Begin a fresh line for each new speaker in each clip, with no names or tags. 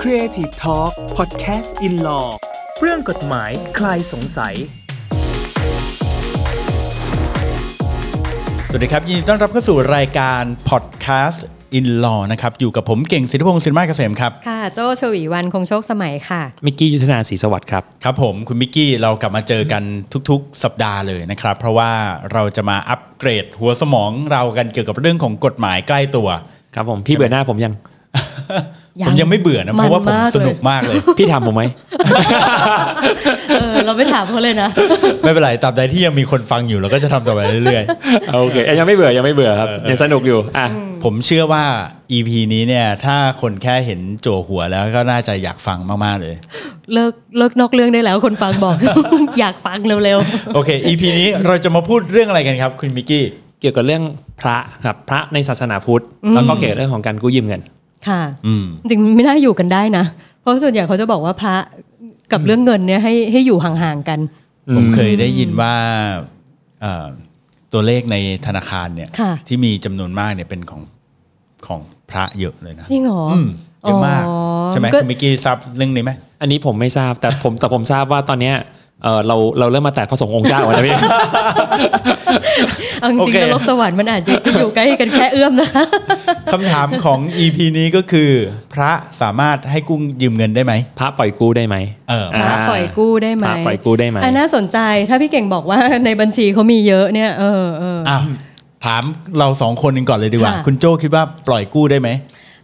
Creative Talk Podcast in Law เรื่องกฎหมายคลายสงสัย
สวัสดีครับ ยินดีต้อนรับเข้าสู่รายการพอดแคสต์อินลอนะครับ อยู่กับผมเก่งสิทธิพงศ์สินมาเกษมครับ
ค่ะโจชวีวันคงโชคสมัยค่ะ
มิกกี้ยุทธนาศรีสวัสดิ์ครับ
ครับผมคุณมิกกี้เรากลับมาเจอกันทุกๆ สัปดาห์เลยนะครับ เพราะว่าเราจะมาอัปเกรดหัวสมองเรากันเกี่ยวกับเรื่องของกฎหมายใกล้ ตัว
ครับผม พี่เบื่อหน้าผมยัง
ยัง
ผมยังไม่เบื่อนะ เพราะว่าผม
มันมากเลย
สนุกมากเลย
พี่ถามผมไหม
เออ เราไม่ถามเขาเลยนะ
ไม่เป็นไรตราบใดที่ยังมีคนฟังอยู่เราก็จะทำต่อไปเรื่อยๆ
โอเคเอ้ยยังไม่เบื่อยังไม่เบื่อครับ ยังสนุกอยู่อ่ะ
ผมเชื่อว่า EP นี้เนี่ยถ้าคนแค่เห็นโจหัวแล้วก็น่าจะอยากฟังมากๆเลย
เลิกเลิกนอกเรื่องได้แล้วคนฟังบอก อยากฟังเร็ว
โอเค EP นี้เราจะมาพูดเรื่องอะไรกันครับ คุณมิกกี้
เกี่ยวกับเรื่องพระครับพระในศาสนาพุทธแล้วก็เกี่ยวกับเรื่องของการกู้ยืมเงิน
ๆ ค่ะ
อืม
จริงๆไม่น่าอยู่กันได้นะ เพราะส่วนใหญ่เขาจะบอกว่าพระกับเรื่องเงินเนี่ยให้ให้อยู่ห่างๆกัน
ผมเคยได้ยินว่าเอ่อตัวเลขในธนาคารเนี่ย
ค่ะ
ที่มีจำนวนมากเนี่ยเป็นของของพระเยอะเลยนะ
จริงเหรอ
อืมเยอะมาก ใช่ไหม
ก็
คุณมิกกี้ทราบเรื่องนี้ไหม
อันนี้ผมไม่ทราบแต่ผมแต่ผมทราบว่าตอนเนี้ยเออเราเราเริ่มมาแตะพระสงฆ์องค์เจ้า แล้วนะพี่
เอาจริงๆนรกสวรรค์มันอาจจะจะอยู่ใกล้กันแค่เอื้อมนะคะ
คำถามของ EP นี้ก็คือ พระสามารถให้กุ้งยืมเงินได้ไหม
พระปล่อยกู้ได้ไหม
เออ
อ่า
พระปล่อยกู้ได้ไหม
พระปล่อยกู้ได้ไหม
อันน่าสนใจถ้าพี่เก่งบอกว่าในบัญชีเขามีเยอะเนี่ยเออเออ
อ่ะถามเราสองคนกันก่อนเลยดีกว่า
ค่ะ
คุณโจ้คิดว่าปล่อยกู้ได้ไหม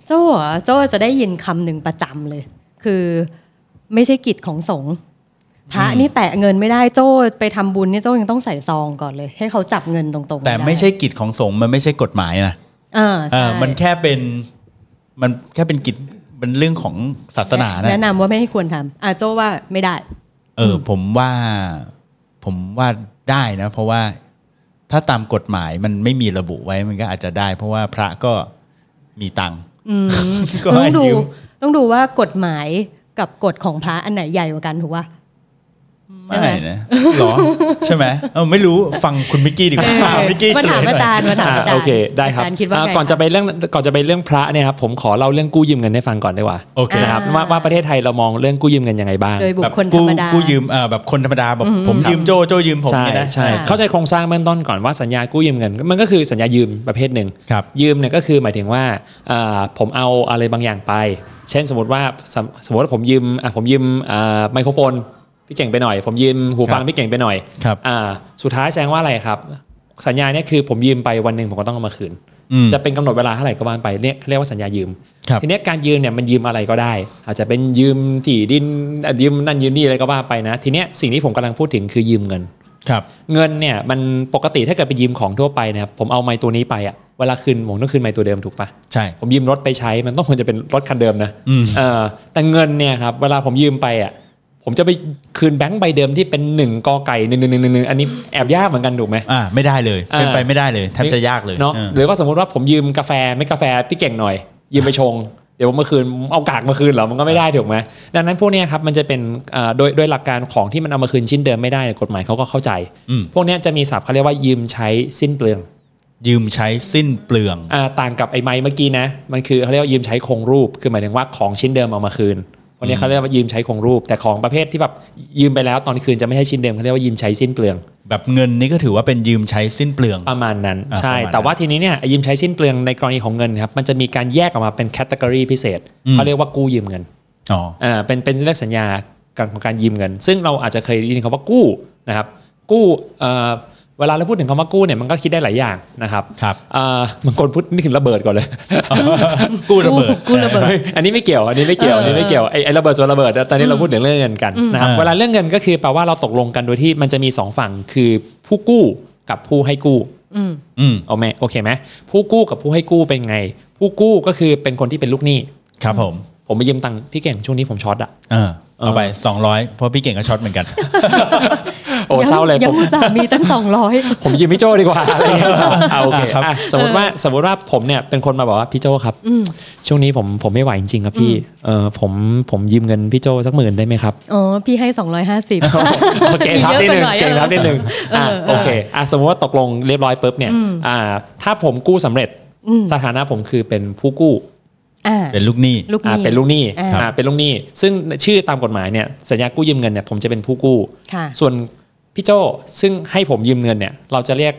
โจ้เหรอโจ้จะได้ยินคำหนึ่งประจำเลย คือไม่ใช่กิจของสงฆ์พระนี่แตะเงินไม่ได้โจ้ไปทำบุญเนี่ยโจ้ยังต้องใส่ซองก่อนเลย ให้เขาจับเงินตรงๆ
แต่ไม่ใช่กิจของสงฆ์มันไม่ใช่กฎหมายนะ
อ่า
เอ
ใช่
อมันแค่เป็นมันแค่เป็นกิจเป็นเรื่องของศาสนานะ
แนะนำว่าไม่ให้ควรทำอ่าโจ้ว่าไม่ได้
เอออผมว่าผมว่าได้นะ เพราะว่าถ้าตามกฎหมายมันไม่มีระบุไว้มันก็อาจจะได้ เพราะว่าพระก็มีตังค์
อืม
ก็
ต้อ
ให้
งดู
ยืม
ต้องดูว่ากฎหมายกับกฎของพระอันไหนใหญ่กว่ากันถูกป่ะ ใช่ไหม
ไม่นะหรอ ใช่ไหมเออไม่รู้ฟังคุณมิกกี้ดีกว่า
เออ
อ่ะมิกกี้
มา
เฉล
ถาม
ยหน่
อา
อย
จารย์มาถามอาจารย์
โอเคได้ครับ
อาจารย์คิดว่า
อ่า
ไง
ก่อนจะไปเรื่องก่อนจะไปเรื่องพระเนี่ยครับผมขอเล่าเรื่องกู้ยืมเงินให้ฟังก่อนดีกว่า
โอเค
นะครับ
อ่า
ว่าว่าประเทศไทยเรามองเรื่องกู้ยืมเงินยังไงบ้าง
โดยบุ
แบ
ค
บ
คลธร
กู้
รมดา
กู้ยืมเอ่อแบบคนธรรมดาแบบผมยืมโจโจยืมผม
ใช่
เนี่ยนะ
ใช่
อ่า
เข้าใจโครงสร้างเบื้องต้นก่อนว่าสัญญากู้ยืมเงินมันก็คือสัญญายืมประเภทหนึ่ง
ครับ
ยืมเนี่ยก็คือหมายถึงว่าอ่าผมเอาอะไรบางอย่างไป เช่นสมมติว่าสมสมมติว่าผมยืมอ่ะผมยืมอ่าไมโครโฟนพี่เก่งไปหน่อย ผมยืมหูฟั
ค
ง
รับ
พี่เก่งไปหน่อย
ครับ
อ่าสุดท้ายแสดงว่าอะไรครับ สัญญาเนี่ยคือผมยืมไปวันหนึ่งผมก็ต้องเอามาคืน
อืม
จะเป็นกำหนดเวลาเท่าไหร่ก็ว่าไปเนี่ยเรียกว่าสัญญายืม
ครับ
ทีเนี้ยการยืมเนี่ยมันยืมอะไรก็ได้ อาจจะเป็นยืมที่ดินอ่ะยืมนั่นยืมนี่อะไรก็ว่าไปนะ ทีเนี้ยสิ่งที่ผมกำลังพูดถึงคือยืมเงิน
ครับ
เงินเนี่ยมันปกติถ้าเกิดไปยืมของทั่วไปนะครับผมเอาไม้ตัวนี้ไปอะเวลาคืนผมต้องคืนไม้ตัวเดิมถูกปะ
ใช่
ผมยืมรถไปใช้มันต้องควรจะเป็นรถคันเดิมนะ
อืม
เออแต่เงินเนี่ยครับเวลาผมยืมไปอะผมจะไปคืนแบงค์ใบเดิมที่เป็นหนึ่งกอไก่หนึ่งหนึ่งหนึ่งหนึ่งอันนี้แอบยากเหมือนกันถูกไหม
อ่าไม่ได้เลย
อ่า
เป็นไปไม่ได้เลยแทบจะยากเลย
เนาะ
ออ
หรือว่าสมมติว่าผมยืมกาแฟไม่กาแฟพี่เก่งหน่อย ยืมไปชง เดี๋ยวผมมาคืนเอากากมาคืนเหรอมันก็ไม่ได้ถูกไหมดังนั้นพวกเนี้ยครับมันจะเป็นเอ่อโดยโดยหลักการของที่มันเอามาคืนชิ้นเดิมไม่ได้เนี่ยกฎหมายเขาก็เข้าใจ
อืม
พวกเนี้ยจะมีศัพท์เขาเรียกว่ายืมใช้สิ้นเปลือง
ยืมใช้สิ้นเปลือง
อาต่างกับไอ้ไม้เมื่อกี้นะมันคือเขาเรียกว่ายืมใช้คงรูปคือหมายถึงว่าของชิ้นเดิมเอามาคืนพวกเนี้ยเขาเรียกว่ายืมใช้คงรูป แต่ของประเภทที่แบบยืมไปแล้วตอนคืนจะไม่ใช่ชิ้นเดิมเขาเรียกว่ายืมใช้สิ้นเปลือง
แบบเงินนี่ก็ถือว่าเป็นยืมใช้สิ้นเปลือง
ประมาณนั้น
อ่า
ใช่
ประมาณนั้น
แต่ว่าทีนี้เนี่ยไอ้ยืมใช้สิ้นเปลืองในกรณีของเงินครับมันจะมีการแยกออกมาเป็นแคตตากรีพิเศษ
อืม
เขาเรียกว่ากู้ยืมเงิน
อ๋อ
อ่าเป็นเป็นเลขสัญญาการของการยืมเงิน ซึ่งเราอาจจะเคยได้ยินคำว่ากู้นะครับกู้เอ่อเวลาเราพูดถึงคำว่ากู้เนี่ยมันก็คิดได้หลายอย่างนะครับ
ครับ
เอ่อบางคนพูดนึกถึงระเบิดก่อนเลย
กู้ระเบิด
กู้ระเบิด
เฮ้ย อันนี้ไม่เกี่ยวอันนี้ไม่เกี่ยวอันนี้ไม่เกี่ยวไอ้ไอ้ระเบิดส่วนระเบิดอะตอนนี้เราพูดถึงเรื่องเงินกันนะครับ
อ่า
เวลาเรื่องเงินก็คือแปลว่าเราตกลงกันโดยที่มันจะมีสองฝั่งคือผู้กู้กับผู้ให้กู้
อืม
อืม
เอาไหมโอเคไหมผู้กู้กับผู้ให้กู้เป็นไง ผู้กู้ก็คือเป็นคนที่เป็นลูกหนี้
ครับผม
ผมไปยืมตังค์พี่เก่งช่วงนี้ผมช็อตอะ
เออเอาไป
เอ
200 เพราะพี่เก่งก็ช็อตเหมือนกัน
โอ้
ง
เศร้าเลย
ยั
ผ
ง
ม
อุตส่าห์มีตั้งสองร้อย
ผมยืมพี่โจดีกว่าอะไรเงี้ย เอาโอเค
อ่ะครับ
อ่ะสมมติว่าสมมติว่าผมเนี่ยเป็นคนมาบอกว่าพี่โจครับช่วงนี้ผมผมไม่ไหวจริงๆครับพี่เออผมผมยืมเงินพี่โจสักหมื่นได้ไหมครับ
อ๋อ พี่ให้ 250
โอ เคครับ
มีเย
นิดนึ
อะไปห
ง
น่อย
เก่งครับนิดนึง
เอออ่
อ่ะ
เออ
โอเคอ่ะสมมติว่าตกลงเรียบร้อยปุ๊บเนี่ยอ่าถ้าผมกู้สำเร็จ
อืม
สถานะผมคือเป็นผู้กู้
อ่า
เป็นลูกหนี้
ลูกห
อ่า
นี้
เป็นลูกหนี้
อ่า
อ่าเป็นลูกหนี้ ซึ่งชื่อตามกฎหมายเนี่ยสัญญากู้ยืมเงินเนี่ยผมจะเป็นผู้กู้
ค่ะ
ส่วนพี่โจ้ซึ่งให้ผมยืมเงินเนี่ยเราจะเรียก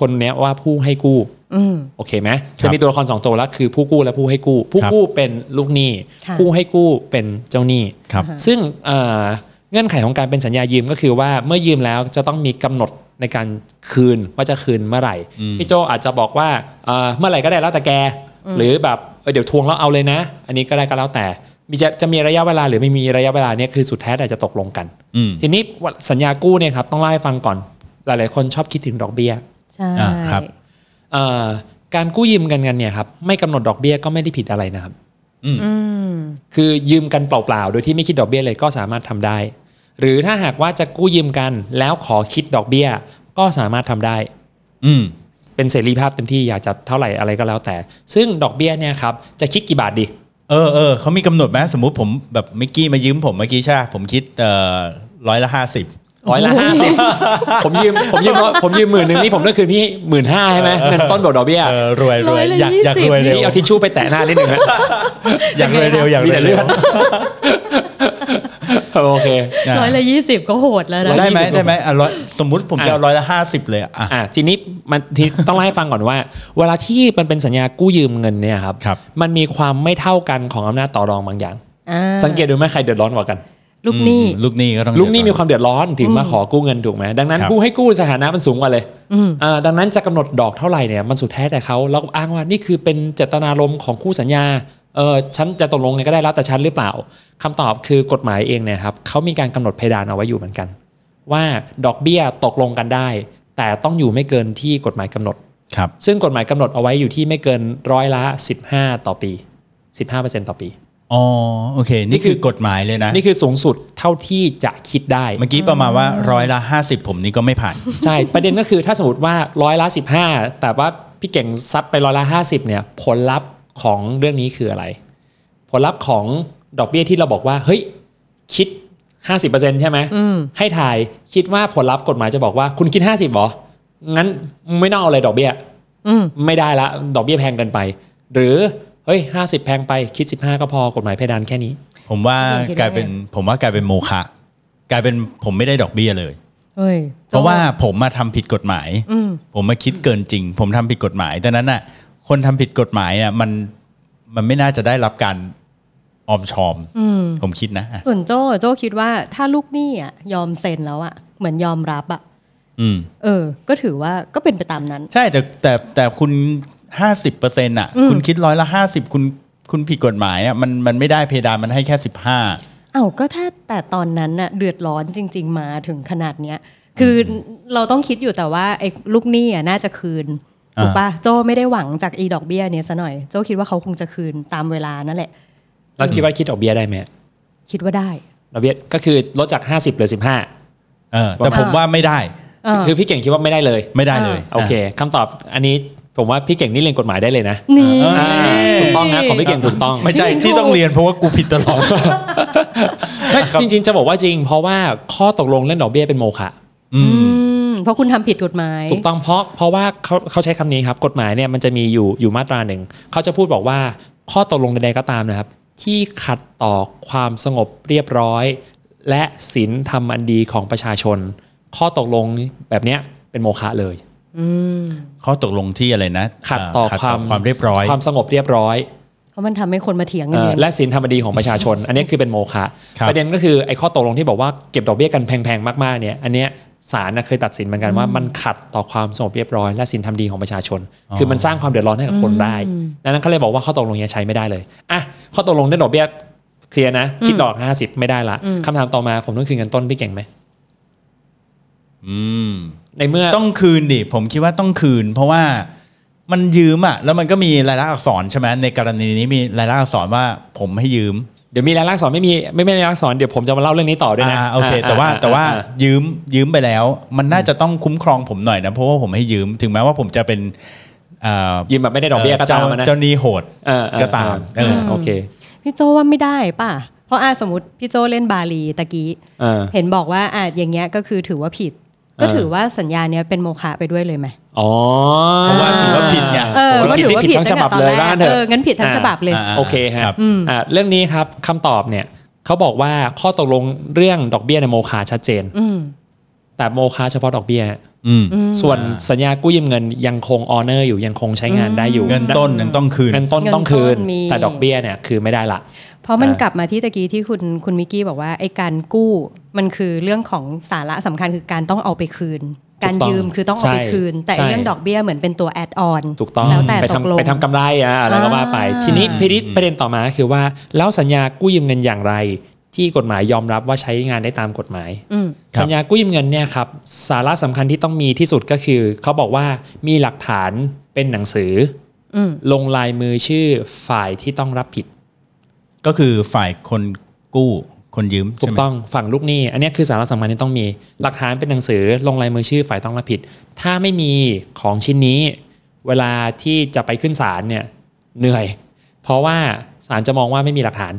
คนเนี้ยว่าผู้ให้กู้
อืม
โอเคไหมจะมีตัวละครสองตัวแล้วคือผู้กู้และผู้ให้กู้ ผู้
ครับ
กู้เป็นลูกหนี้
ค่ะ
ผู้ให้กู้เป็นเจ้าหนี้
ครับ
อ่า
ซึ่งเอ่อเงื่อนไขของการเป็นสัญญายืมก็คือว่าเมื่อยืมแล้วจะต้องมีกำหนดในการคืนว่าจะคืนเมื่อไหร่
อืม
พี่โจอาจจะบอกว่าเอ่อเมื่อไหร่ก็ได้แล้วแต่แก หรือแบบเออเดี๋ยวทวงแล้วเอาเลยนะ อันนี้ก็ได้ก็แล้วแต่มีจะจะมีระยะเวลาหรือไม่มีระยะเวลาเนี่ยคือสุดแท้แต่จะตกลงกัน
อืม
ทีนี้ว่าสัญญากู้เนี่ยครับต้องเล่าให้ฟังก่อน หลายๆ คนชอบคิดถึงดอกเบี้ย
ใช่
อ่าครับ
เอ่อการกู้ยืมกันกันเนี่ยครับไม่กำหนดดอกเบี้ยก็ไม่ได้ผิดอะไรนะครับ
อืม
คือยืมกันเปล่าๆ โดยที่ไม่คิดดอกเบี้ยเลยก็สามารถทำได้ หรือถ้าหากว่าจะกู้ยืมกันแล้วขอคิดดอกเบี้ย ก็สามารถทำได้
อืม
เป็นเสรีภาพเต็มที่อยากจะเท่าไหร่อะไรก็แล้วแต่ ซึ่งดอกเบี้ยเนี่ยครับจะคิดกี่บาทดี
เออเออเขามีกำหนดไหมสมมุติผมแบบมิกกี้มายืมผมเมื่อกี้ใช่ปะผมคิดเอ่อร้อยละห้าสิบ
ร้อยละห้าสิบผมยืมผมยืมผมยืมหมื่นหนึ่งนี่ผมต้องคืนพี่หมื่นห้าใช่ไหมเงินต้นบวกดอกเบี้ย
เออรวยรวย
ร้อยละ
อยากอยาก
ยี่สิบ
รวยเร็ว
นี่เอาทิชชู่ไปแตะหน้านิดหนึ่งนะ
อยากรวยเร็วอยากร
มี
ว
แต่
ย
เลื
เร็
อ
ว
ด โอเค
อ่ะ
ร้อยละยี่สิบก็โหดแล้วนะ
ได้ไหม
ร้อยละยี่สิบ
ได้ไหมอ่ะร้อยสมมุติผมจะ
อ่ะ
เอาร้อยละห้าสิบเลยอ่ะอ่ะ
อ่ะทีนี้มันทีต้องเล่าให้ฟังก่อนว่า เวลาที่มันเป็นสัญญากู้ยืมเงินเนี่ยครับ
ครับ
มันมีความไม่เท่ากันของอำนาจต่อรองบางอย่าง
อ่า
สังเกตดูไหมใครเดือดร้อนกว่ากัน
ลูกหนี้
อืมลูกหนี้ก็ต้อง
ลุงนี่มี
เดือด
ค
ร้อ
วามเดือดร้อนถึงมาขอกู้เงินถูกไหมดังนั้น
ครับ
ผู้ให้กู้สถานะมันสูงกว่าเลย
อืม
อ่าดังนั้นจะกำหนดดอกเท่าไหร่เนี่ยมันสุดแท้แต่เขาแล้วก็อ้างว่านี่คือเป็นเจตนารมณ์ของคู่สัญญาเออฉันจะตกลงไงก็ได้แล้วแต่ฉันหรือเปล่าคำตอบคือกฎหมายเองเนี่ยครับเขามีการกำหนดเพดานเอาไว้อยู่เหมือนกัน ว่าดอกเบี้ยตกลงกันได้ แต่ต้องอยู่ไม่เกินที่กฎหมายกำหนด
ครับ
ซึ่งกฎหมายกำหนดเอาไว้อยู่ที่ไม่เกินร้อยละ 15 ต่อปี 15%ต่อปี
อ๋อโอเค
นี่
นี่
คื
คือ อกฎหมายเลยนะ
นี่คือสูงสุดเท่าที่จะคิดได้
เมื่อกี้ประมาณว่าร้อยละห้าสิบผมนี่ก็ไม่ผ่าน
ใช่ ประเด็นก็คือถ้าสมมติว่าร้อยละ 15 แต่ว่าพี่เก่งซัดไปร้อยละ 50 เนี่ย ผลลัพธ์ของเรื่องนี้คืออะไร ผลลัพธ์ของดอกเบี้ยที่เราบอกว่า เฮ้ย คิด 50%ใช่ไหม
อืม
ให้ทายคิดว่าผลลัพธ์กฎหมายจะบอกว่าคุณคิด 50เหรอ งั้นไม่ต้องเอาอะไรดอกเบี้ย
อืม
ไม่ได้ละ ดอกเบี้ยแพงเกินไป หรือ เฮ้ย 50 แพงไปคิด 15 ก็พอกฎหมายเพดานแค่นี้
ผมว่า
พี่เก่งคิดว่าไง
กลายเป็นผมว่ากลายเป็นโมฆะกลายเป็นผมไม่ได้ดอกเบี้ยเลย
เฮ้ย
เพราะว่าผมมาทำผิดกฎหมาย
อืม
ผมมาคิดเกินจริง ผมทำผิดกฎหมายดังนั้นน่ะ คนทำผิดกฎหมายอ่ะมันมันไม่น่าจะได้รับการออมชอม
อืม
ผมคิดนะอ่ะ
ส่วนโจ้โจ้คิดว่าถ้าลูกหนี้อ่ะยอมเซ็นแล้วอ่ะ เหมือนยอมรับอ่ะ
อืม
เออ ก็ถือว่าก็เป็นไปตามนั้น
ใช่แต่แต่แต่คุณห้าสิบเปอร์เซ็นต์อ่ะ
อืม
คุณคิดร้อยละห้าสิบคุณคุณผิดกฎหมายอ่ะมันมันไม่ได้เพดานมันให้แค่สิบห้า
อ้าวก็ถ้าแต่ตอนนั้นน่ะเดือดร้อนจริง ๆ มาถึงขนาดเนี้ย คือเราต้องคิดอยู่แต่ว่าไอ้ลูกหนี้อ่ะน่าจะคืน
อ่า
ถูกปะโจ้ไม่ได้หวังจากอีดอกเบี้ยเนี้ยซะหน่อย โจ้คิดว่าเขาคงจะคืนตามเวลานั่นแหละ
เราคิดว่าคิดดอกเบี้ยได้ไหม
คิดว่าได้
ดอกเบี้ยก็คือลดจาก 50เหลือ15
เออแต่ผม
อ่า
ว่าไม่ได้
เออ
คือพี่เก่งคิดว่าไม่ได้เลย
ไม่ได้เลย
โอเคคำตอบอันนี้ผมว่าพี่เก่งนี่เรียนกฎหมายได้เลยนะ
นี่
อ่าถูกต้องนะของพี่เก่งถูกต้อง
อ่ะไม่ใช่ที่ต้องเรียนเพราะว่ากูผิดตลอด
ไม่จริง ๆ จะบอกว่าจริง เพราะว่าข้อตกลงเรื่องดอกเบี้ยเป็นโมฆะ
อื
อื
ม
มเพราะคุณทำผิดกฎหมาย
ถูกต้องเพราะเพราะว่าเขาเขาใช้คำนี้ครับ กฎหมายเนี่ยมันจะมีอยู่อยู่มาตราหนึ่งเขาจะพูดบอกว่าข้อตกลงใดๆก็ตามนะครับ ที่ขัดต่อความสงบเรียบร้อย และศีลธรรมอันดีของประชาชน ข้อตกลงแบบเนี้ยเป็นโมฆะเลย
อืม
ข้อตกลงที่อะไรนะ
ขัดต่อ
ขัด
ความ
ความเรียบร้อย
ความสงบเรียบร้อย
เพราะมันทำให้คนมาเถียงกัน
เอ่
เอ
องและศีลธรรมดีของประชาชน อันนี้คือเป็นโมฆะ
ครับ
ประเด็นก็คือไอ้ข้อตกลงที่บอกว่าเก็บดอกเบี้ยกันแพงๆมากๆเนี่ยอันเนี้ยศาลนะเคยตัดสินเหมือนกันว่ามันขัดต่อความสงบเรียบร้อยและศีลธรรมดีของประชาชน คือมันสร้างความเดือดร้อนให้กับคนได้ดังนั้นเขาเลยบอกว่าข้อตกลงเนี้ยใช้ไม่ได้เลยอ่ะข้อตกลงเรื่องดอกเบี้ยเคลียร์นะ คิดดอก 50 ไม่ได้ละคำถามต่อมาผมต้องคืนเงินต้นพี่เก่งไหม
อืม
ในเมื่อ
ต้องคืนดิผมคิดว่าต้องคืน เพราะว่ามันยืมอ่ะ แล้วมันก็มีรายลักษณ์อักษรใช่ไหมในกรณีนี้มีรายลักษณ์อักษรว่าผมให้ยืม
เดี๋ยวมีรายลักษณ์สอนไม่มีไม่ไม่รายลักษณ์สอนเดี๋ยวผมจะมาเล่าเรื่องนี้ต่อด้วยนะ
อ่าโอเค แต่ว่า
อ่
แต่ว่า
อ่อ่
ยืมยืมไปแล้ว มันน่าจะต้องคุ้มครองผมหน่อยนะเพราะว่าผมให้ยืม ถึงแม้ว่าผมจะเป็นเอ่อ
ยืมแบบไม่ได้ดอกเบี้ยก็ตามอะนะ
เจ้เจ้าหนี้โหด
เออเออ
ก็ตาม
เออ
เออ
โอเค
พี่โจว่าไม่ได้ป่ะ เพราะอาสมมติพี่โจเล่นบาลีตะกี้
เออ
เห็นบอกว่าอ่ะอย่างเงี้ยก็คือถือว่าผิด ก็ถือว่าสัญญาเนี้ยเป็นโมฆะไปด้วยเลยไหม
อ๋อ
เพราะว่าถือว่าผิดไง
เออ
ผม
ก็
ว่าผิด
ถือ
ไม่
ว่าผิ
ผิด
ด
ทั้งฉ
ตั้ง
บับ
แต่ตอน
เลย
แร
ว่าก งั้นเถ
เออ
อะ
งั้นผิดทั้ง
อ่า
ฉบับเลย
อ่า
โอเคฮะ
ครับ
อืม
อ่าเรื่องนี้ครับคำตอบเนี่ยเขาบอกว่าข้อตกลงเรื่องดอกเบี้ยในยโมคาชัดเจน
อืม
แต่โมคาเฉพาะดอกเบี้ย
อืม
อืม
ส่วนสัญญากู้ยืมเงินยังคงออเนอร์อยู่ยังคงใช้งานได้อยู่
เงินต้นยังต้องคืน
เงินต้นต้องคืน
เงินต้นมี
แต่ดอกเบี้ยเนี่ยคือไม่ได้ละ
เพราะมัน
อ่าก
กลับมาที่ตะกี้ที่คุณคุณมิกกี้บอกว่าไอ้การกู้มันคือเรื่องของสาระสำคัญคือการต้องเอาไปคืน การยืมคือต้องเอาไป
ใช่
คืน แต่
ใช่
เรื่องดอกเบี้ยเหมือนเป็นตัวแอดออน
ถูกต้อง
แล้วแต่
ไป
ตกล
ทำ
ง
ไปทำกำไรอะอะไรก็ว่าไป
อ่า
ทีนี้ทีนี้ประเด็นต่อมาคือว่า แล้วสัญญากู้ยืมเงินอย่างไร ที่กฎหมายยอมรับว่าใช้งานได้ตามกฎหมาย
อืม
ครับ
สัญญากู้ยืมเงินเนี่ยครับสาระสำคัญที่ต้องมีที่สุดก็คือเขาบอกว่ามีหลักฐานเป็นหนังสือ
อืม
ลงลายมือชื่อฝ่ายที่ต้องรับผิด
ก็คือฝ่ายคนกู้คนยืม
ถู
ใช่
ก
ไหม
ต้องฝั่งลูกหนี้ อันเนี้ยคือสาระสำคัญที่ต้องมี หลักฐานเป็นหนังสือลงลายมือชื่อฝ่ายต้องรับผิด ถ้าไม่มีของชิ้นนี้ เวลาที่จะไปขึ้นศาลเนี่ยเหนื่อย เพราะว่าศาลจะมองว่าไม่มีหลักฐาน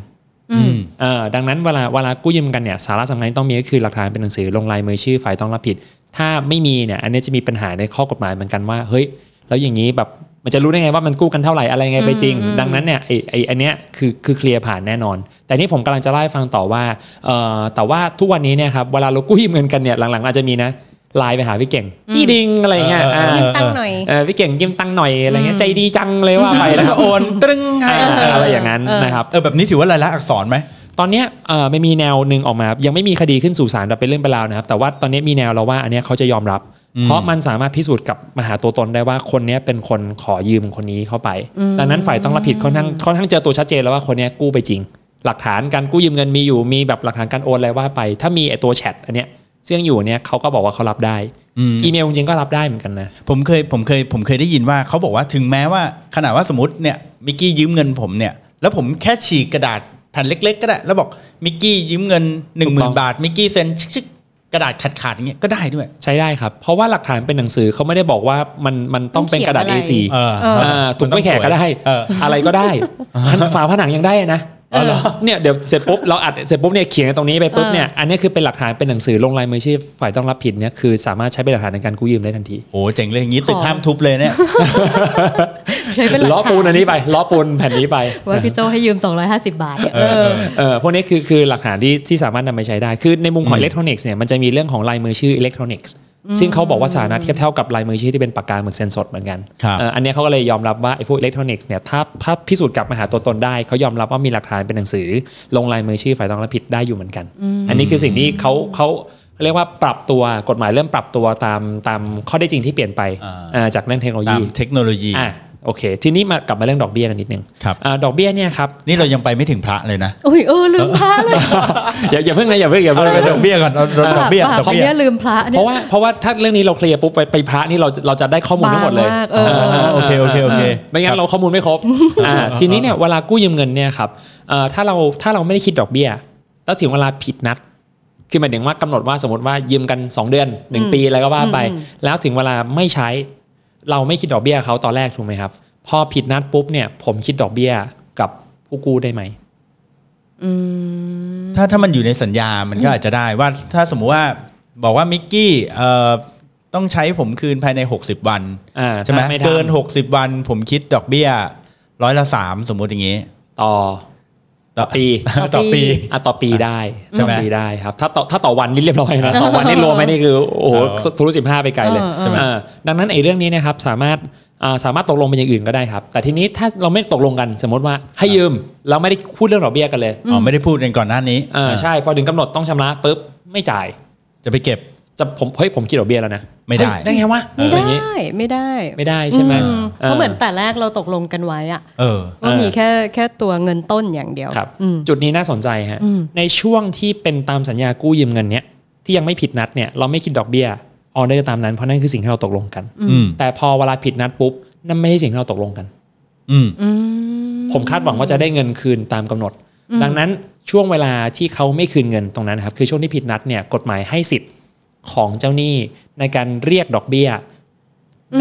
อืม
เอ่อดังนั้นเวลาเวลากู้ยืมกันเนี่ยสาระสำคัญที่ต้องมีก็คือหลักฐานเป็นหนังสือลงลายมือชื่อฝ่ายต้องรับผิด ถ้าไม่มีเนี่ยอันเนี้ยจะมีปัญหาในข้อกฎหมายเหมือนกันว่าเฮ้ยแล้วอย่างนี้แบบมันจะรู้ได้ไงว่ามันกู้กันเท่าไหร่อะไรยังไงไปจริง
อืม
ดังนั้นเนี่ยไอไออันเนี้ยคือคือเคลียร์ผ่านแน่นอน แต่นี่ผมกำลังจะเล่าให้ฟังต่อว่าเอ่อแต่ว่าทุกวันนี้เนี่ยครับเวลาเรากู้ยืมเงินกันเนี่ยหลังๆอาจจะมีนะไลน์ไปหาพี่เก่งพี่ดิงอะไรเงี้ย
เออเออ
อ่า
ยืมตังค์หน่อย
เออพี่เก่งยืมตังค์หน่อยอะไรเงี้ย
อืม
ใจดีจังเลยว่าไป
แล้
แล้วว
ก็
ก็
โอ
โอน
นตรึงให้
ให้
เออ
อะไรอย่างนั้น
เออ
นะครับ
เออแบบนี้ถือว่าลายลักษณ์อักษรไหม
ตอนเนี้ยเอ่อไม่มีแนวหนึ่งออกมา ยังไม่มีคดีขึ้นสู่ศาลแบบเป็นเรื่องเป็นราวนะครับ แต่ว่าตอนนี้มีแนวแล้วว่าอันเนี้ยเขาจะยอมรับ
อืม
เพราะมันสามารถพิสูจน์กับมหาตัวตนได้ว่าคนเนี้ยเป็นคนขอยืมคนนี้เข้าไป
อืม
ดังนั้นฝ่ายต้องรับผิดค่อนข้างค่อนข้างเจอตัวชัดเจนแล้วว่าคนเนี้ยกู้ไปจริง หลักฐานการกู้ยืมเงินมีอยู่ มีแบบหลักฐานการโอนอะไรว่าไป ถ้ามีไอตัวแชทอันเนี้ยเชื่องอยู่เนี่ยเขาก็บอกว่าเขารับได้
อืม
อีเมลจริงๆก็รับได้เหมือนกันนะ
ผมเคยผมเคยผมเคยได้ยินว่าเขาบอกว่าถึงแม้ว่าขนาดว่าสมมติเนี่ยมิกกี้ยืมเงินผมเนี่ยแล้วผมแค่ฉีกกระดาษแผ่นเล็ก ๆ ก็ได้ แล้วบอกมิกกี้ยืมเงิน1
ถูกต้อง
0,000 บาทมิกกี้เซ็นชึกๆกระดาษขาดๆอย่างเงี้ยก็ได้ด้วย
ใช้ได้ครับ เพราะว่าหลักฐานเป็นหนังสือเขาไม่ได้บอกว่ามันมันต้องเป็นกระดาษ
ต้องเขียนอะไร
A4
เออ
เออ
อ่าถุงไม่แขกก็ได้
เออ
อะไรก็ได้ ฝาผนังยังได้อะนะ
อ๋อเหรอ
เนี่ยเดี๋ยวเสร็จปุ๊บเราอัดเสร็จปุ๊บเนี่ยเขียนกันตรงนี้ไปปุ๊บ
เออ
เนี่ยอันนี้คือเป็นหลักฐานเป็นหนังสือลงลายมือชื่อฝ่ายต้องรับผิดเนี่ยคือสามารถใช้เป็นหลักฐานในการกู้ยืมได้ทันที
โอ้เจ๋งเลยอย่างงี้ตึกห้ามทุบเลยเนี่ย
ใช้เป็นหลัก
ล้อ
ฐา
ปูนอัน
น
นี้ไปล้อปูนแผ่นนี้ไป
ว่าพี่โจให้ยืม 250 บาทเนี่ยเออ
เออพวกนี้คือคือหลักฐานที่ที่สามารถนำไปใช้ได้คือในมุมของ
อืม
อิเล็กทรอนิกส์เนี่ยมันจะมีเรื่องของลายมือชื่ออิเล็กทรอนิกส์ซึ่งเขาบอกว่าสถานะเทียบเท่ากับลายมือชื่อที่เป็นปากกาหมึกเส้นสดเหมือนกัน
ครับ
เอ่ออันเนี้ยเขาก็เลยยอมรับว่าไอ้พวกอิเล็กทรอนิกส์เนี่ยถ้าถ้าพิสูจน์กลับมาหาตัวตนได้เขายอมรับว่ามีหลักฐานเป็นหนังสือ ลงลายมือชื่อฝ่ายต้องรับผิดได้อยู่เหมือนกัน อันนี้คือสิ่งที่เขาเขาเรียกว่าปรับตัวกฎหมายเริ่มปรับตัวตามตามข้อได้จริงที่เปลี่ยนไป
อ่า
เอ่อจากเรื่องเทคโนโล
ตา
ยี
มเทคโนโลยี
อ่ะโอเค ทีนี้มากลับมาเรื่องดอกเบี้ยกันนิดนึง
ครับ
อ่าดอกเบี้ยเนี่ยครับ
นี่เรายังไปไม่ถึงพระเลยนะ
โอ้ยเออลืมพระเลย
อย่าอย่าเพิ่งนะอย่าเพิ่งอย่า
เอา
เพิ่ง
ไปดอกเบี้ยก่อนเอาเอาดอกเบี้ย
บาป
ดอก
ของ
เบี้ย
เนี่ยลืมพระเนี่ย
เพราะว่าเพราะว่าถ้าเรื่องนี้เราเคลียร์ปุ๊บไปไปพระนี่เราเราจะได้ข้อมูลทั้งหมดเลย
บางมากเออ
าาา
โอเคโอเคโอเค
ไม่งั้
ครั
น
บ
เราข้อมูลไม่ครบอ่าทีนี้เนี่ยเวลากู้ยืมเงินเนี่ยครับเอ่อถ้าเราถ้าเราไม่ได้คิดดอกเบี้ยแล้วถึงเวลาผิดนัด คือหมายถึงว่ากำหนดว่าสมมติว่ายืมกัน 2 เดือน
อืม
1 ปีอะไรก็ว่าไป
อืม
แล้วถึงเวลาไม่ใช้ เราไม่คิดดอกเบี้ยเขาตอนแรกถูกไหมครับ พอผิดนัดปุ๊บเนี่ยผมคิดดอกเบี้ยกับผู้กู้ได้ไหม
อืม
ถ้าถ้ามันอยู่ในสัญญา มันก็อาจจะได้ว่าถ้าสมมุติว่าบอกว่ามิกกี้เอ่อต้องใช้ผมคืนภายใน 60 วัน
อ่า
ใช่ไหม
ถ้าทำ
เกิน 60 วันผมคิดดอกเบี้ยร้อยละสามสมมุติอย่างนี้
ต่อ
ต่อ
ปี
ต่
ต่อ
อ
ปี
ปี
อ่ะต่อปีได้
ใช่ไหม
ต่อปีได้ครับถ้าต่อถ้าต่อวันนี่เรียบร้อยนะต่อวันนี่รวมไหมนี่คือโอ้โห
เออ
ทะลุสิบห้าไปไกลเลย
เออเออ
ใช่ไหมเออดังนั้นไอ้เรื่องนี้นะครับสามารถอ่าสามารถตกลงเป็นอย่างอื่นก็ได้ครับ แต่ทีนี้ถ้าเราไม่ตกลงกันสมมติว่าให้ยืมเราไม่ได้พูดเรื่องดอกเบี้ยกันเลย
อ๋อไม่ได้พูดกันก่อนหน้านี้
เออใช่พอถึงกำหนดต้องชำระปุ๊บไม่จ่าย
จะไปเก็บ
จะผมเฮ้ยผมคิดดอกเบี้ยแล้วนะ
ไม่ได้
เฮ้ยได้ไงวะ
ไม่
อย่าง
ได้
งี้
ไม่ได้
ไม่ได้ใช่ไหม
อื
ออ
เพราะเหมือนแต่แรกเราตกลงกันไว้อะ
เออ
ว่า
เออ
มีแค่แค่ตัวเงินต้นอย่างเดียว
ครับ
อืม
จุดนี้น่าสนใจฮะ
อืม
ในช่วงที่เป็นตามสัญญากู้ยืมเงินเนี้ยที่ยังไม่ผิดนัดเนี่ยเราไม่คิดดอกเบี้ยออเดอร์ตามนั้นเพราะนั่นคือสิ่งที่เราตกลงกัน
อืม
แต่พอเวลาผิดนัดปุ๊บ นั่นไม่ใช่สิ่งที่เราตกลงกัน
อืม
อืม
ผมคาดหวังว่าจะได้เงินคืนตามกำหนด
อืม
ดังนั้นช่วงเวลาที่เขาไม่คืนเงินตรงนั้นนะครับ คือช่วงที่ผิดนัดเนี่ยกฎหมายให้สิทธิ์ของเจ้าหนี้ในการเรียกดอกเบี้ย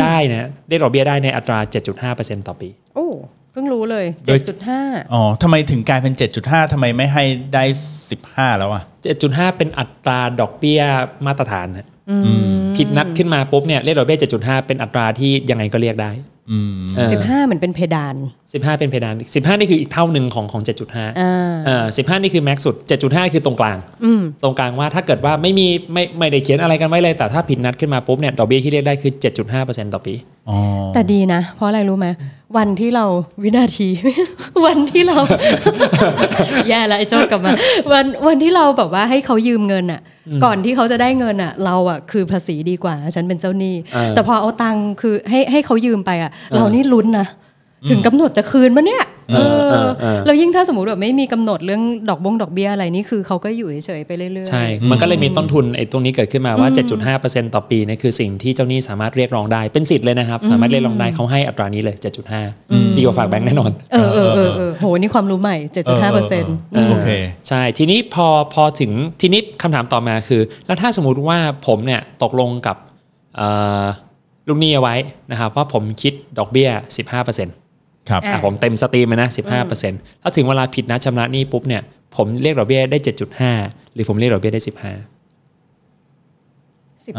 ได้นะได้ดอกเบี้ยได้ในอัตรา 7.5%ต่อปี
โอ้เพิ่งรู้เลย
โดย
7.5
อ๋อทำไมถึงกลายเป็น 7.5ทำไมไม่ให้ได้ 15 แล้วอ่ะ
7.5 เป็นอัตราดอกเบี้ยมาตรฐานนะ
อืม
ผิดนัดขึ้นมาปุ๊บเนี่ยเลขดอกเบี้ย7.5 เป็นอัตราที่ยังไงก็เรียกได้
อืม
เออ
สิบห้าเหมือนเป็นเพดาน
15 เป็นเพดาน 15 นี่คืออีกเท่าหนึ่งของของ 7.5
อ่า
เออ15 นี่คือแม็กซ์สุด 7.5 คือตรงกลาง
อืม
ตรงกลางว่าถ้าเกิดว่าไม่มีไม่ไม่ได้เขียนอะไรกันไว้เลย แต่ถ้าผิดนัดขึ้นมาปุ๊บเนี่ยดอกเบี้ยที่เรียกได้คือ 7.5%ต่อปี
อ๋อ
แต่ดีนะ เพราะอะไรรู้ไหมวันที่เราวินาที วันที่เรา แย่ละไอ้โจ้กลับมา วันวันที่เราแบบว่าให้เขายืมเงินอ่ะ ก่อนที่เขาจะได้เงินอ่ะ เราอ่ะคือภาษีดีกว่า ฉันเป็นเจ้าหนี้
เออ
แต่พอเอาตังค์คือให้ให้เขายืมไปอ่ะ
ออ
เรานี่ลุ้นนะถึงกำหนดจะคืนมันเนี่ย
เออเออเออ
แล้วยิ่งถ้าสมมติแบบไม่มีกำหนดเรื่องดอกบงดอกเบี้ยอะไรนี่คือเขาก็อยู่เฉยๆไปเรื่อยๆ
ใช่ มันก็เลยมีต้นทุนไอ้ตรงนี้เกิดขึ้นมาว่า 7.5%ต่อปีเนี่ยคือสิ่งที่เจ้าหนี้สามารถเรียกร้องได้ เป็นสิทธิ์เลยนะครับ สามารถเรียกร้องได้เขาให้อัตรานี้เลย 7.5 ดีกว่าฝากแบงก์แน่นอน
เออเออเออเออโห นี่ความรู้ใหม่ 7.5เปอร์เซ็นต์
โอเค
ใช่ ทีนี้พอพอถึงทีนี้คำถามต่อมาคือ แล้วถ้าสมมติว่าผมเนี่ยตกลงกับเอ่อลูกหนี้เอาไว้นะครับว่าผมคิดดอกเบี้ย 15%
ครับ
อ่ะผมเต็มสตรีมเลยนะ 15%ถ้าถึงเวลาผิดนัดชำระหนี้ปุ๊บเนี่ยผมเรียกดอกเบี้ยได้ 7.5 หรือผมเรียกดอกเบี้ยได้ 15
สิบ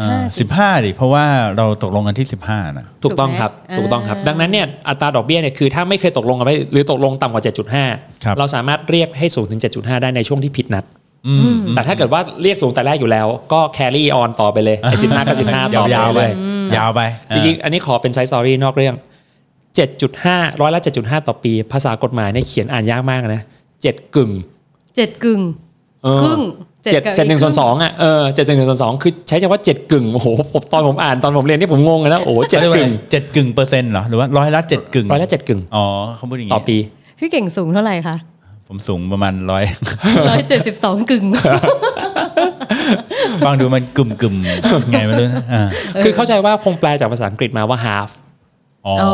อ่า
ห้า
สิบห้าดิเพราะว่าเราตกลงกันที่สิบห้านะ
ถูกต้องครับ
ถู
ถู
ก
ก
ไหม
ต้องครับ
อ่า
ดังนั้นเนี่ยอัตราดอกเบี้ยเนี่ยคือถ้าไม่เคยตกลงกันไว้หรือตกลงต่ำกว่า
ครับ
7.5 เราสามารถเรียกให้สูงถึง 7.5 ได้ในช่วงที่ผิดนัด
อืม
แต่ถ้าเกิดว่าเรียกสูงแต่แรกอยู่แล้ว ก็แครี่ออนต่อไปเลยไอ้สิบห้าก็สิบ ห้าต่
ยา
อ
ว
ไป
ยาวๆไป
เลย
ยาวไป
จริงๆ อันนี้ขอเป็นไซส์ซอรี่นอกเรื่อง 7.5 ร้อยละ 7.5 ต่อปี ภาษากฎหมายเนี่ยเขียนอ่านยากมากนะ7กึ่ง
เจ็ดกึ่ง
เออ
ครึ่ง
เจ็ด
กับ
เจ็ดหนึ่งส่วนสองอ่ะเออเจ็ดเจ็ดหนึ่งส่วนสองคือใช้คำว่าเจ็ดกึ่งโอ้โหผมตอนผมอ่านตอนผมเรียนนี่ผมงงเลยนะโอ้โหเจ็ดกึ่ง
เจ็ดกึ่งเปอร์เซ็นต์เหรอ หรือว่าร้อยละเจ็ดกึ่ง
ร้อยละเจ็ดกึ่ง
อ๋อเขาพูดอย่างงี้
ต่อปี
พี่เก่งสูงเท่าไหร่คะ
ผมสูงประมาณร้อย
172กึ่ง
ฟังดูมันกึ่มกึ่มๆไงไม่รู้นะอ่า
คือเข้าใจว่าคงแปลจากภาษาอังกฤษมาว่า half
อ๋ออ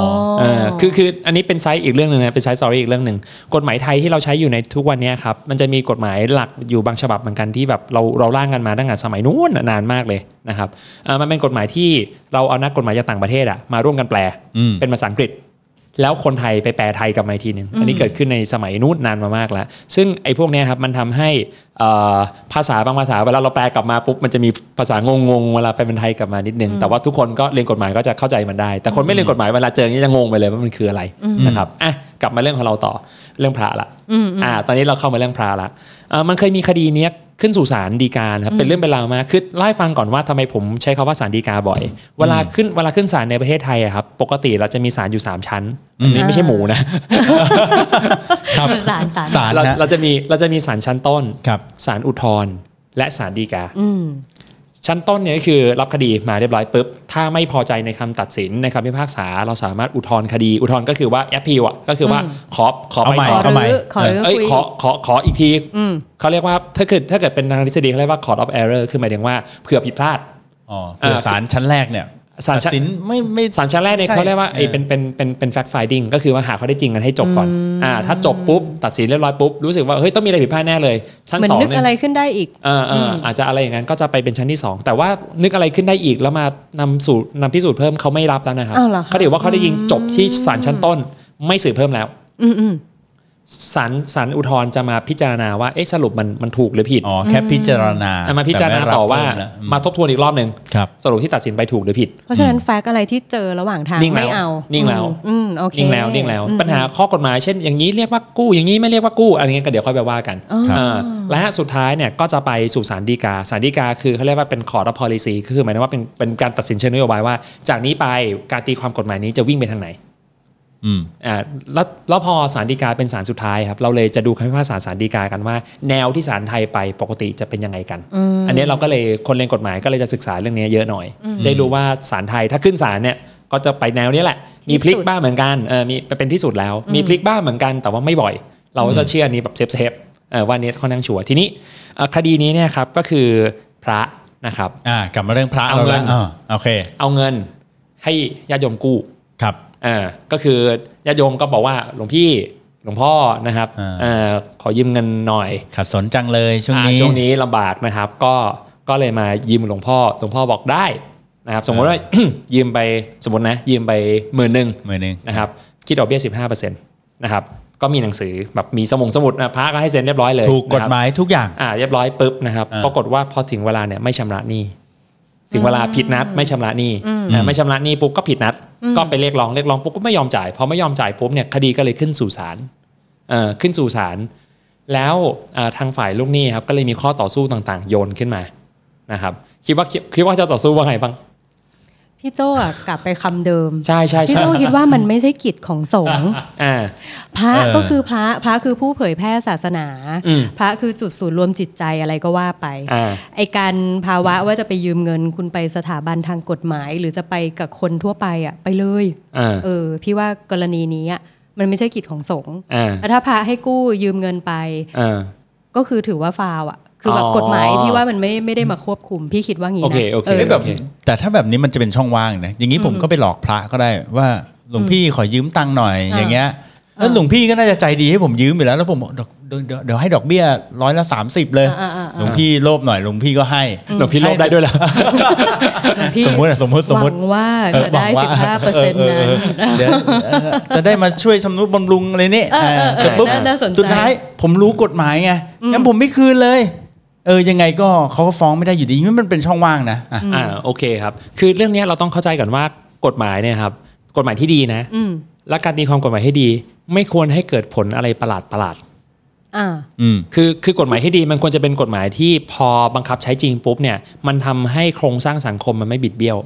เออคือคืออันนี้เป็นไซส์อีกเรื่องหนึ่งนะเป็นไซส์สอรี่อีกเรื่องหนึ่งกฎหมายไทยที่เราใช้อยู่ในทุกวันเนี้ยครับมันจะมีกฎหมายหลักอยู่บางฉบับเหมือนกันที่แบบเราเราร่างกันมาตั้งแต่สมัยนู้นน่ะนานมากเลยนะครับเอ่อมันเป็นกฎหมายที่เราเอานักกฎหมายจากต่างประเทศอะมาร่วมกันแปล
อืม
เป็นภาษาอังกฤษ แล้วคนไทยไปแปลไทยกลับมาอีกทีหนึ่งอันนี้เกิดขึ้นในสมัยนู้นนานมามากแล้ว ซึ่งไอ้พวกเนี้ยครับมันทำให้เอ่อภาษาบางภาษาเวลาเราแปลกลับมาปุ๊บมันจะมีภาษางงๆเวลาไปเป็นไทยกลับมานิดนึงแต่ว่าทุกคนก็เรียนกฎหมายก็จะเข้าใจมันได้ แต่คนไม่เรียนกฎหมายเวลาเจออย่างนี้จะงงไปเลยว่ามันคืออะไรนะครับอ่ะกลับมาเรื่องของเราต่อเรื่องพระละอ่า ตอนนี้เราเข้ามาเรื่องพระละเอ่อมันเคยมีคดีเนี้ยขึ้นสู่ศาลฎีกานะครับเป็นเรื่องเป็นราวมากคือเล่าให้ฟังก่อนว่าทำไมผมใช้คำว่าศาลฎีกาบ่อย เวลาขึ้นเวลาขึ้นศาลในประเทศไทยอะครับปกติเราจะมีศาลอยู่สามชั้นอันนี้ไม่ใช่หมูนะ
ครับ
สารสาร
สาร
เรา
นะ
เราจะมีเราจะมีศาลชั้นต้น
ครับ
ศาลอุทธรณ์และศาลฎีกา
อืม
ชั้นต้นเนี่ยก็คือรับคดีมาเรียบร้อยปุ๊บถ้าไม่พอใจในคำตัดสินในคำพิพากษา เราสามารถอุทธรณ์คดี อุทธรณ์ก็คือว่าแอปพิวอ่ะก็คือว่า
อืม
ขอขอ
เอา
ไป
ใหม่
ต่อ
เอาใหม่
ขอรื้อ
เอ้ยขอขอขออีกที
อืม
เขาเรียกว่าถ้าเกิดถ้าเกิดเป็นทางทฤษฎีเขาเรียกว่า court of error คือหมายถึงว่าเผื่อผิดพลาด
อ๋อเผื่อสารชั้นแรกเนี่ย
ศาล
ตัด
ชั้น
สินไม่ไม่
สารชั้นแรกเนี่ย
ใช่
เขาเรียกว่าไอ้
เออ
เป็นเป็นเป็นเป็น fact finding ก็คือว่าหาข้อได้จริงกันให้จบก่อนอ่าถ้าจบปุ๊บตัดสินเรียบร้อยปุ๊บรู้สึกว่าเฮ้ยต้องมีอะไรผิดพลาดแน่เลยชั้น
เหมือน
สอง
นึก
เนี่ย
อะไรขึ้นได้อีก
เออเออออาจจะอะไรอย่างนั้นก็จะไปเป็นชั้นที่ 2 แต่ว่านึกอะไรขึ้นได้อีกแล้วมานำสู่นำพิสูจน์เพิ่มเขาไม่รับแล้วนะครับ
อ้าวเหรอคะ
เขาถือว่าเขาได้ยิงจบที่ศาลชั้นต้น ไม่สืบเพิ่มแล้ว
อืมอืม
ศาลศาลอุทธรณ์จะมาพิจารณาว่าเอ๊ะสรุปมันมันถูกหรือผิด
อ๋อแค่พิจารณา
เอามาพิจารณาต่อว่า
แไม่รับเพิ่แล้วอืม
มาทบทวนอีกรอบหนึ่ง
ครับ
สรุปที่ตัดสินไปถูกหรือผิด
เพราะฉะนั้นแฟกต์อะไรที่เจอระหว่างทาง
นิ่งแล้ว
ไม่เอา
นิ่
นิ่
งแล้ว
อืมโอเค
นิ่งแล้วนิ่งแล้ว ปัญหาข้อกฎหมายเช่นอย่างนี้เรียกว่ากู้อย่างนี้ไม่เรียกว่ากู้อันนี้ก็เดี๋ยวค่อยไปว่ากัน
อ๋อ
เออและสุดท้ายเนี่ยก็จะไปสู่ศาลฎีกาศาลฎีกาคือเขาเรียกว่าเป็น court of policy คือหมายถึงว่าเป็นเป็นการตัดสินเชิงนโยบายว่า จากนี้ไปการตีความกฎหมายนี้จะวิ่งไปทางไหน
อืม
อ่าแล้วแล้วพอศาลฎีกาเป็นศาลสุดท้ายครับเราเลยจะดูคำพิพากษาศาลฎีกากันว่า แนวที่ศาลไทยไปปกติจะเป็นยังไงกัน อันนี้เราก็เลยคนเรียนกฎหมายก็เลยจะศึกษาเรื่องนี้เยอะหน่อยจะได้รู้ว่าศาลไทยถ้าขึ้นศาลเนี่ยก็จะไปแนวเนี้ยแหละ
ที่
มีพลิก
สุด
บ้างเหมือนกันเออมีเป็นที่สุดแล้ว มีพลิกบ้างเหมือนกันแต่ว่าไม่บ่อย เราก็จะเชื่ออันนี้แบบเซฟเซฟเออว่าอันนี้ค่อนข้างชัวร์ทีนี้เอ่อคดีนี้เนี่ยครับก็คือพระนะครับ
อ่ากลับมาเรื่องพระ
เอาเงิน
แล้วอ่าโอเค
เอาเงินให้ญาติโยมกู้
ครับ
เออก็คือญาติโยมก็บอกว่าหลวงพี่หลวงพ่อนะครับ
อ่า
เออขอยืมเงินหน่อย
ขัดสนจังเลยช่วง
อ่า
นี้
ช่วงนี้ลำบากนะครับก็ก็เลยมายืมหลวงพ่อหลวงพ่อบอกได้นะครับสมมติว่า ยืมไปสมมตินะยืมไปหมื่นหนึ่ง
มือหนึ่ง
นะครับคิดดอกเบี้ย 15%นะครับก็มีหนังสือแบบมีสมุงสมุดนะพระก็ให้เซ็นเรียบร้อยเลย
ถูกกฎห
นะครับ
มายทุกอย่าง
อ่าเรียบร้อยปุ๊บนะครับ
อ่า
ปรากฏว่าพอถึงเวลาเนี่ยไม่ชำระหนี้
จ
ถึงเวลาผิดนัดไม่ชำระหนี้นะไม่ชำระหนี้ปุ๊บก็ผิดนัด ก็ไปเรียกร้องเรียกร้องปุ๊บก็ไม่ยอมจ่ายพอไม่ยอมจ่ายปุ๊บเนี่ยคดีก็เลยขึ้นสู่ศาลเอ่อขึ้นสู่ศาลแล้วเอ่อทางฝ่ายลูกหนี้ครับก็เลยมีข้อต่อสู้ต่างๆ โยนขึ้นมานะครับคิดว่าคิดว่าจะต่อสู้ว่าไงบ้าง
พี่โจ้อะกลับไปคำเดิม
ใช่ใช่
พี่
ใช่
โจ้คิดว่ามันไม่ใช่กิจของสงฆ์
อ่า
พระ
เออ
ก็คือพระพระคือผู้เผยแพร่ศาสนา
อืม
พระคือจุดศูนย์รวมจิตใจอะไรก็ว่าไป
อ่า
ไอการภาวะว่าจะไปยืมเงิน คุณไปสถาบันทางกฎหมาย หรือจะไปกับคนทั่วไปอ่ะไปเลย
อ่า
เออพี่ว่ากรณีนี้อะมันไม่ใช่กิจของสงฆ์
อ่า
แล้วถ้าพระให้กู้ยืมเงินไป
อ่า
ก็คือถือว่าฟาวอ่ะ คือแบบ
อ๋อก
ฎหมายพี่ว่ามันไม่ไม่ได้มาควบคุม พี่คิดว่างี้
โอ
นะ
เคโอเค
เออ
เอ้ยแบบแต่ถ้าแบบนี้มันจะเป็นช่องว่างนะอย่างนี้ผมก็ไปหลอกพระก็ได้ว่าหลวงพี่ขอยืมตังค์หน่อย
อ่า
อย่างเงี้ยแล้
อ่าว
หลวงพี่ก็น่าจะใจดีให้ผมยืมอยู่แล้วแล้วผมบอกเดี๋ยวเดี๋ยวเดี๋ยวให้ดอกเบี้ยร้อยละ 30 เลย
อ่าอ่าอ่า
หลวงพี่โลภหน่อยหลวงพี่ก็ให้
หลวงพี่ลบได้ด้วยเหรอ
พี่
สมมติอะสมมติสม
หวั
มติ
งว่า
เออ
จะได้
หวั
สิ
ง
บ
ว่า
ห้าเปอร์เซ็นต์นั้น
ออเออ เดี๋ยวเออจะได้มาช่วยชำนุบำรุงอะไรเนี่ย
เออเออเออ
เสร็จปุ๊บ
น่าน่าสนใจ
สุดท้ายผมรู้กฎหมายไงงั้นผมไม่คืนเลย เออยังไงก็เขาก็ฟ้องไม่ได้อยู่ดีนี่มันเป็นช่องว่างนะอ่ะ
อ่าโอเคครับ คือเรื่องเนี้ยเราต้องเข้าใจก่อนว่ากฎหมายเนี่ยครับกฎหมายที่ดีนะ
อืม
และการตีความกฎหมายให้ดี ไม่ควรให้เกิดผลอะไรประหลาดประหลาด
อ่า
อืม
ๆคือคือกฎหมายที่ดีมันควรจะเป็นกฎหมายที่พอบังคับใช้จริงปุ๊บเนี่ยมันทำให้โครงสร้างสังคมมันไม่บิดเบี้ยว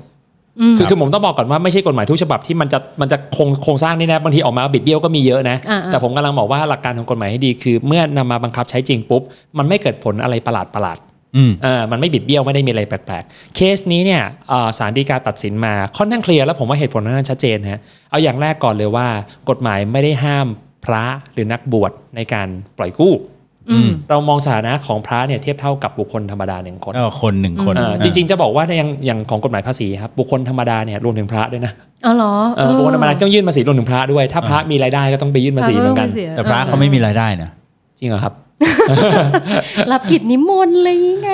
อืม
คือคือผมต้องบอกก่อนว่าไม่ใช่กฎหมายทุกฉบับที่มันจะมันจะคงโครงสร้างนี่นะบางทีออกมาบิดเบี้ยวก็มีเยอะนะ
อ่าๆ
แต่ผมกำลังบอกว่าหลักการของกฎหมายให้ดี คือเมื่อนำมาบังคับใช้จริงปุ๊บมันไม่เกิดผลอะไรประหลาดประหลาดๆ
อืม
เออมันไม่บิดเบี้ยวไม่ได้มีอะไรแปลกๆ เคสนี้เนี่ยเอ่อศาลฎีกาตัดสินมาค่อนข้างเคลียร์แล้วผมว่าเหตุผลค่อนข้างชัดเจนฮะเอาอย่างแรกก่อนเลยว่ากฎหมายไม่ได้ห้ามพระหรือนักบวชในการปล่อยกู้
อืม
เรามองสถานะของพระเนี่ยเทียบเท่ากับบุคคลธรรมดาหนึ่งคน
ก็คนหนึ่งคน
เออจริงๆจะบอกว่าในอย่างอย่างของกฎหมายภาษีครับบุคคลธรรมดาเนี่ยรวมถึงพระด้วยนะ
อ๋อเหรอ
เออบุคคลธรรมดาต้องยื่นภาษีรวมถึงพระด้วย ถ้าพระมีรายได้ก็ต้องไปยื่นภาษีเหมือนกัน
พะก็ต้งไปสีย
แต่พระเขาไม่มีรายได้นะ
จริงเหรอครับ
รับกิจนิมนต์อะไรยังไง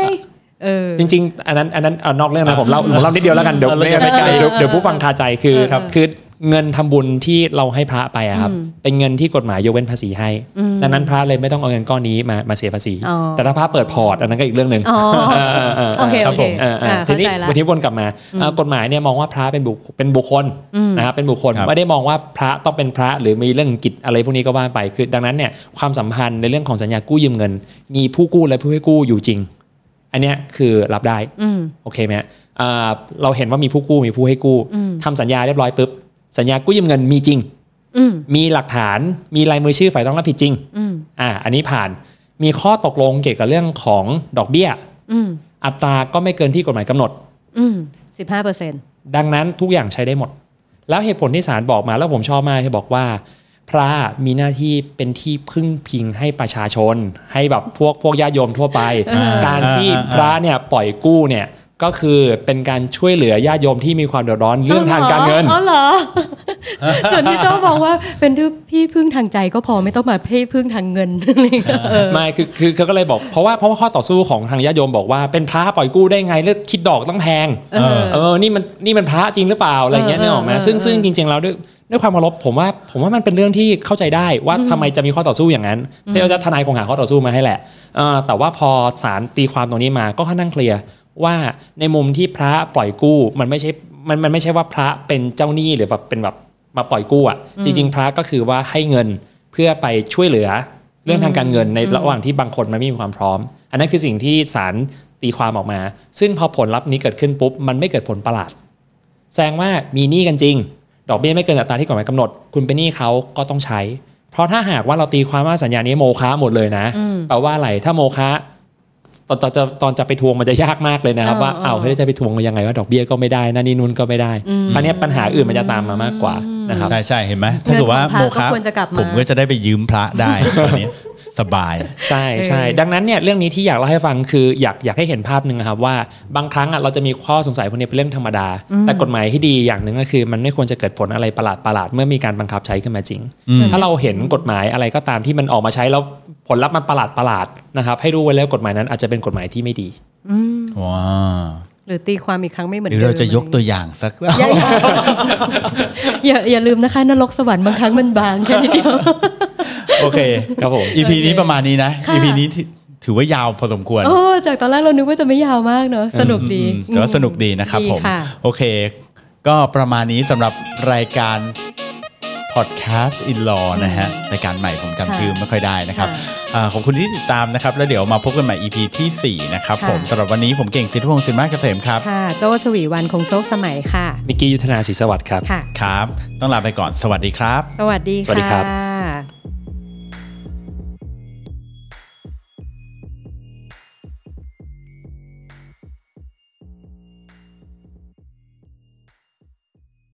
เออ
จริงๆ อันนั้นอันนั้นเอานอกเรื่องนะผมเล่าผมเล่านิดเดียวแล้วกันเดี๋ยว
เรา
เดี๋
จะ
ยว
ไปไกล
เดี๋ยวเดี๋ยวผู้ฟังคาใจคือ
ครับ
คือเงินทำบุญที่เราให้พระไปอะครับ
อืม
เป็นเงินที่กฎหมายยกเว้นภาษีให้
อืม
ดังนั้นพระเลยไม่ต้องเอาเงินก้อนนี้มามาเสียภาษี
อ๋อ
แต่ถ้าพระเปิดพอร์ตอันนั้นก็อีกเรื่องหนึ่ง
อ๋อ
เออเออเออ
โอเค
ครับ
โอเค
ผม
เออเออ
อ่า
ที
เข้า
นี้
ใจละ
วันนี้วนกลับมาเอ่อกฎหมายเนี่ยมองว่าพระเป็นบุคเป็นบุคคล
อืม
นะครับเป็นบุคคล
ครับ
ไม่ได้มองว่าพระต้องเป็นพระหรือมีเรื่องกิจอะไรพวกนี้ก็ว่าไปคือ ดังนั้นเนี่ยความสัมพันธ์ในเรื่องของสัญญากู้ยืมเงิน มีผู้กู้และผู้ให้กู้อยู่จริง อันเนี้ยคือรับได้
อืม
โอเคไหมฮะอ่าเราเห็นว่ามีผู้กู้มีผู้ให้กู้
อืม
ทำสัญญาเรียบร้อยปุ๊บสัญญากู้ยืมเงินมีจริง
อืม
มีหลักฐานมีลายมือชื่อฝ่ายต้องรับผิดจริง
อืม
อ่าอันนี้ผ่านมีข้อตกลงเกี่ยวกับเรื่องของดอกเบี้ย
อืม
อัตราก็ไม่เกินที่กฎหมายกำหนด
อืมสิบห้าเปอร์เซ็นต์
ดังนั้นทุกอย่างใช้ได้หมด แล้วเหตุผลที่ศาลบอกมาแล้วผมชอบมากที่บอกว่า พระมีหน้าที่เป็นที่พึ่งพิงให้ประชาชน ให้แบบพวกพวกญาติโยมทั่วไป
อ่า
การที่
อ่าอ่า
พระเนี่ยปล่อยกู้เนี่ยก็คือเป็นการช่วยเหลือญาติโยมที่มีความเดือดร้อนเรื่องทางการเงิน
อ๋อเหรอ ส่วนพี่เจ้าบอกว่าเป็นที่พี่พึ่งทางใจก็พอไม่ต้องมาพี่พึ่งทางเงินอะไรอย่างเงี้ยเออ
ไม่คือคือเขาก็เลยบอกเพราะว่าเพราะว่าข้อต่อสู้ของทางญาติโยมบอกว่าเป็นพระปล่อยกู้ได้ไงแล้วคิดดอกต้องแพง
เออ
เออ นี่มัน นี่มันพระจริงหรือเปล่า อะไรเงี้ย
เออ
เนี่ยออกไหม
เออ
ซึ่ง
เออ
ซึ่งจริงๆ แล้วด้วย ด้วยความเคารพผมว่า ผมว่ามันเป็นเรื่องที่เข้าใจได้ว่าทำไมจะมีข้อต่อสู้อย่างนั้นที่เราจะทนายคงหาข้อต่อสู้มาให้แหละเออแต่ว่าพอศาลตีความตรงนี้มา ก็ค่อนข้างเคลียร์ว่าในมุมที่พระปล่อยกู้ มันไม่ใช่ มันมันไม่ใช่ว่าพระเป็นเจ้าหนี้หรือแบบเป็นแบบมาปล่อยกู้อ่ะ จริง ๆ พระก็คือว่าให้เงินเพื่อไปช่วยเหลือเรื่องทางการเงินในระหว่างที่บางคนมันไม่มีความพร้อม อันนั้นคือสิ่งที่ศาลตีความออกมา ซึ่งพอผลลัพธ์นี้เกิดขึ้นปุ๊บ มันไม่เกิดผลประหลาด แสดงว่ามีหนี้กันจริง ดอกเบี้ยไม่เกินอัตราที่กฎหมายกำหนด คุณเป็นหนี้เขาก็ต้องใช้ เพราะถ้าหากว่าเราตีความว่าสัญญานี้โมฆะหมดเลยนะ
อืม
แปลว่าอะไร ถ้าโมฆะตอนตอนจะตอนจะไปทวงมันจะยากมากเลยนะครับ
เออ
ว่า
เออ
เอาให้ได้จะไปทวงยังไงว่าดอกเบี้ยก็ไม่ได้นั่นนี่นู่นก็ไม่ได้คราวเนี้ยปัญหาอื่นมันจะตามมามากกว่านะครับ
ใช่ใช่เห็นไหมถ้าเกิดว่า
เงินของพ
โมคะ
ระก็ควรจะกลับมา
ผมก็จะได้ไปยืมพระได้ ตอนนี้สบาย
ใช่ใช่
เออ
ดังนั้นเนี่ยเรื่องนี้ที่อยากเล่าให้ฟังคืออยากอยากให้เห็นภาพหนึ่งนะครับว่าบางครั้งอ่ะเราจะมีข้อสงสัยพวกนี้เป็นเรื่องธรรมดา แต่กฎหมายที่ดีอย่างหนึ่งก็คือ มันไม่ควรจะเกิดผลอะไรประหลาดประหลาดๆเมื่อมีการบังคับใช้ขึ้นมาจริง
อืม
ถ้าเราเห็นกฎหมายอะไรก็ตามที่มันออกมาใช้แล้วผลลัพธ์มันประหลาดประหลาดๆนะครับให้รู้ไว้แล้วกฎหมายนั้นอาจจะเป็นกฎหมายที่ไม่ดี
อืม
ว้าว
หรือตีความอีกครั้งไม่เหมือน
หรือเราจะยกตัว
ดิม
อย่างสัก
อย่าอย่าอย่าลืมนะคะนรกสวรรค์บางครั้งมันบางแค่นิดเดียว
โอเค
ครับผม
EP นี้ประมาณนี้นะ
ค่ะ
EP นี้ที่ ถือว่ายาวพอสมควร
โอ้จากตอนแรกเรานึกว่าจะไม่ยาวมากเนอะสนุกดี
อืมแต่ว่าสนุกดีนะครับผม
ค่ะ
โอเค ก็ประมาณนี้สำหรับรายการ Podcast in Law นะฮะ รายการใหม่ผมจำชื่อไม่ค่อยได้นะครับ
ค่ะ
อ่าขอบคุณที่ติดตามนะครับ แล้วเดี๋ยวมาพบกันใหม่ EP ที่ 4 นะครับ
ค่ะ
ผมสำหรับวันนี้ผมเก่งสิทธิพงศ์สินมากเกษมครับ
ค่ะ โจชวีวันคงโชคสมัยค่ะ
มิกกี้ยุทธนาศรีสวัสดิ์ครับ
ค่ะ
ครับ ต้องลาไปก่อน สวัสดีครับ
สวัสดี
สวัสดีครับ
ค่ะ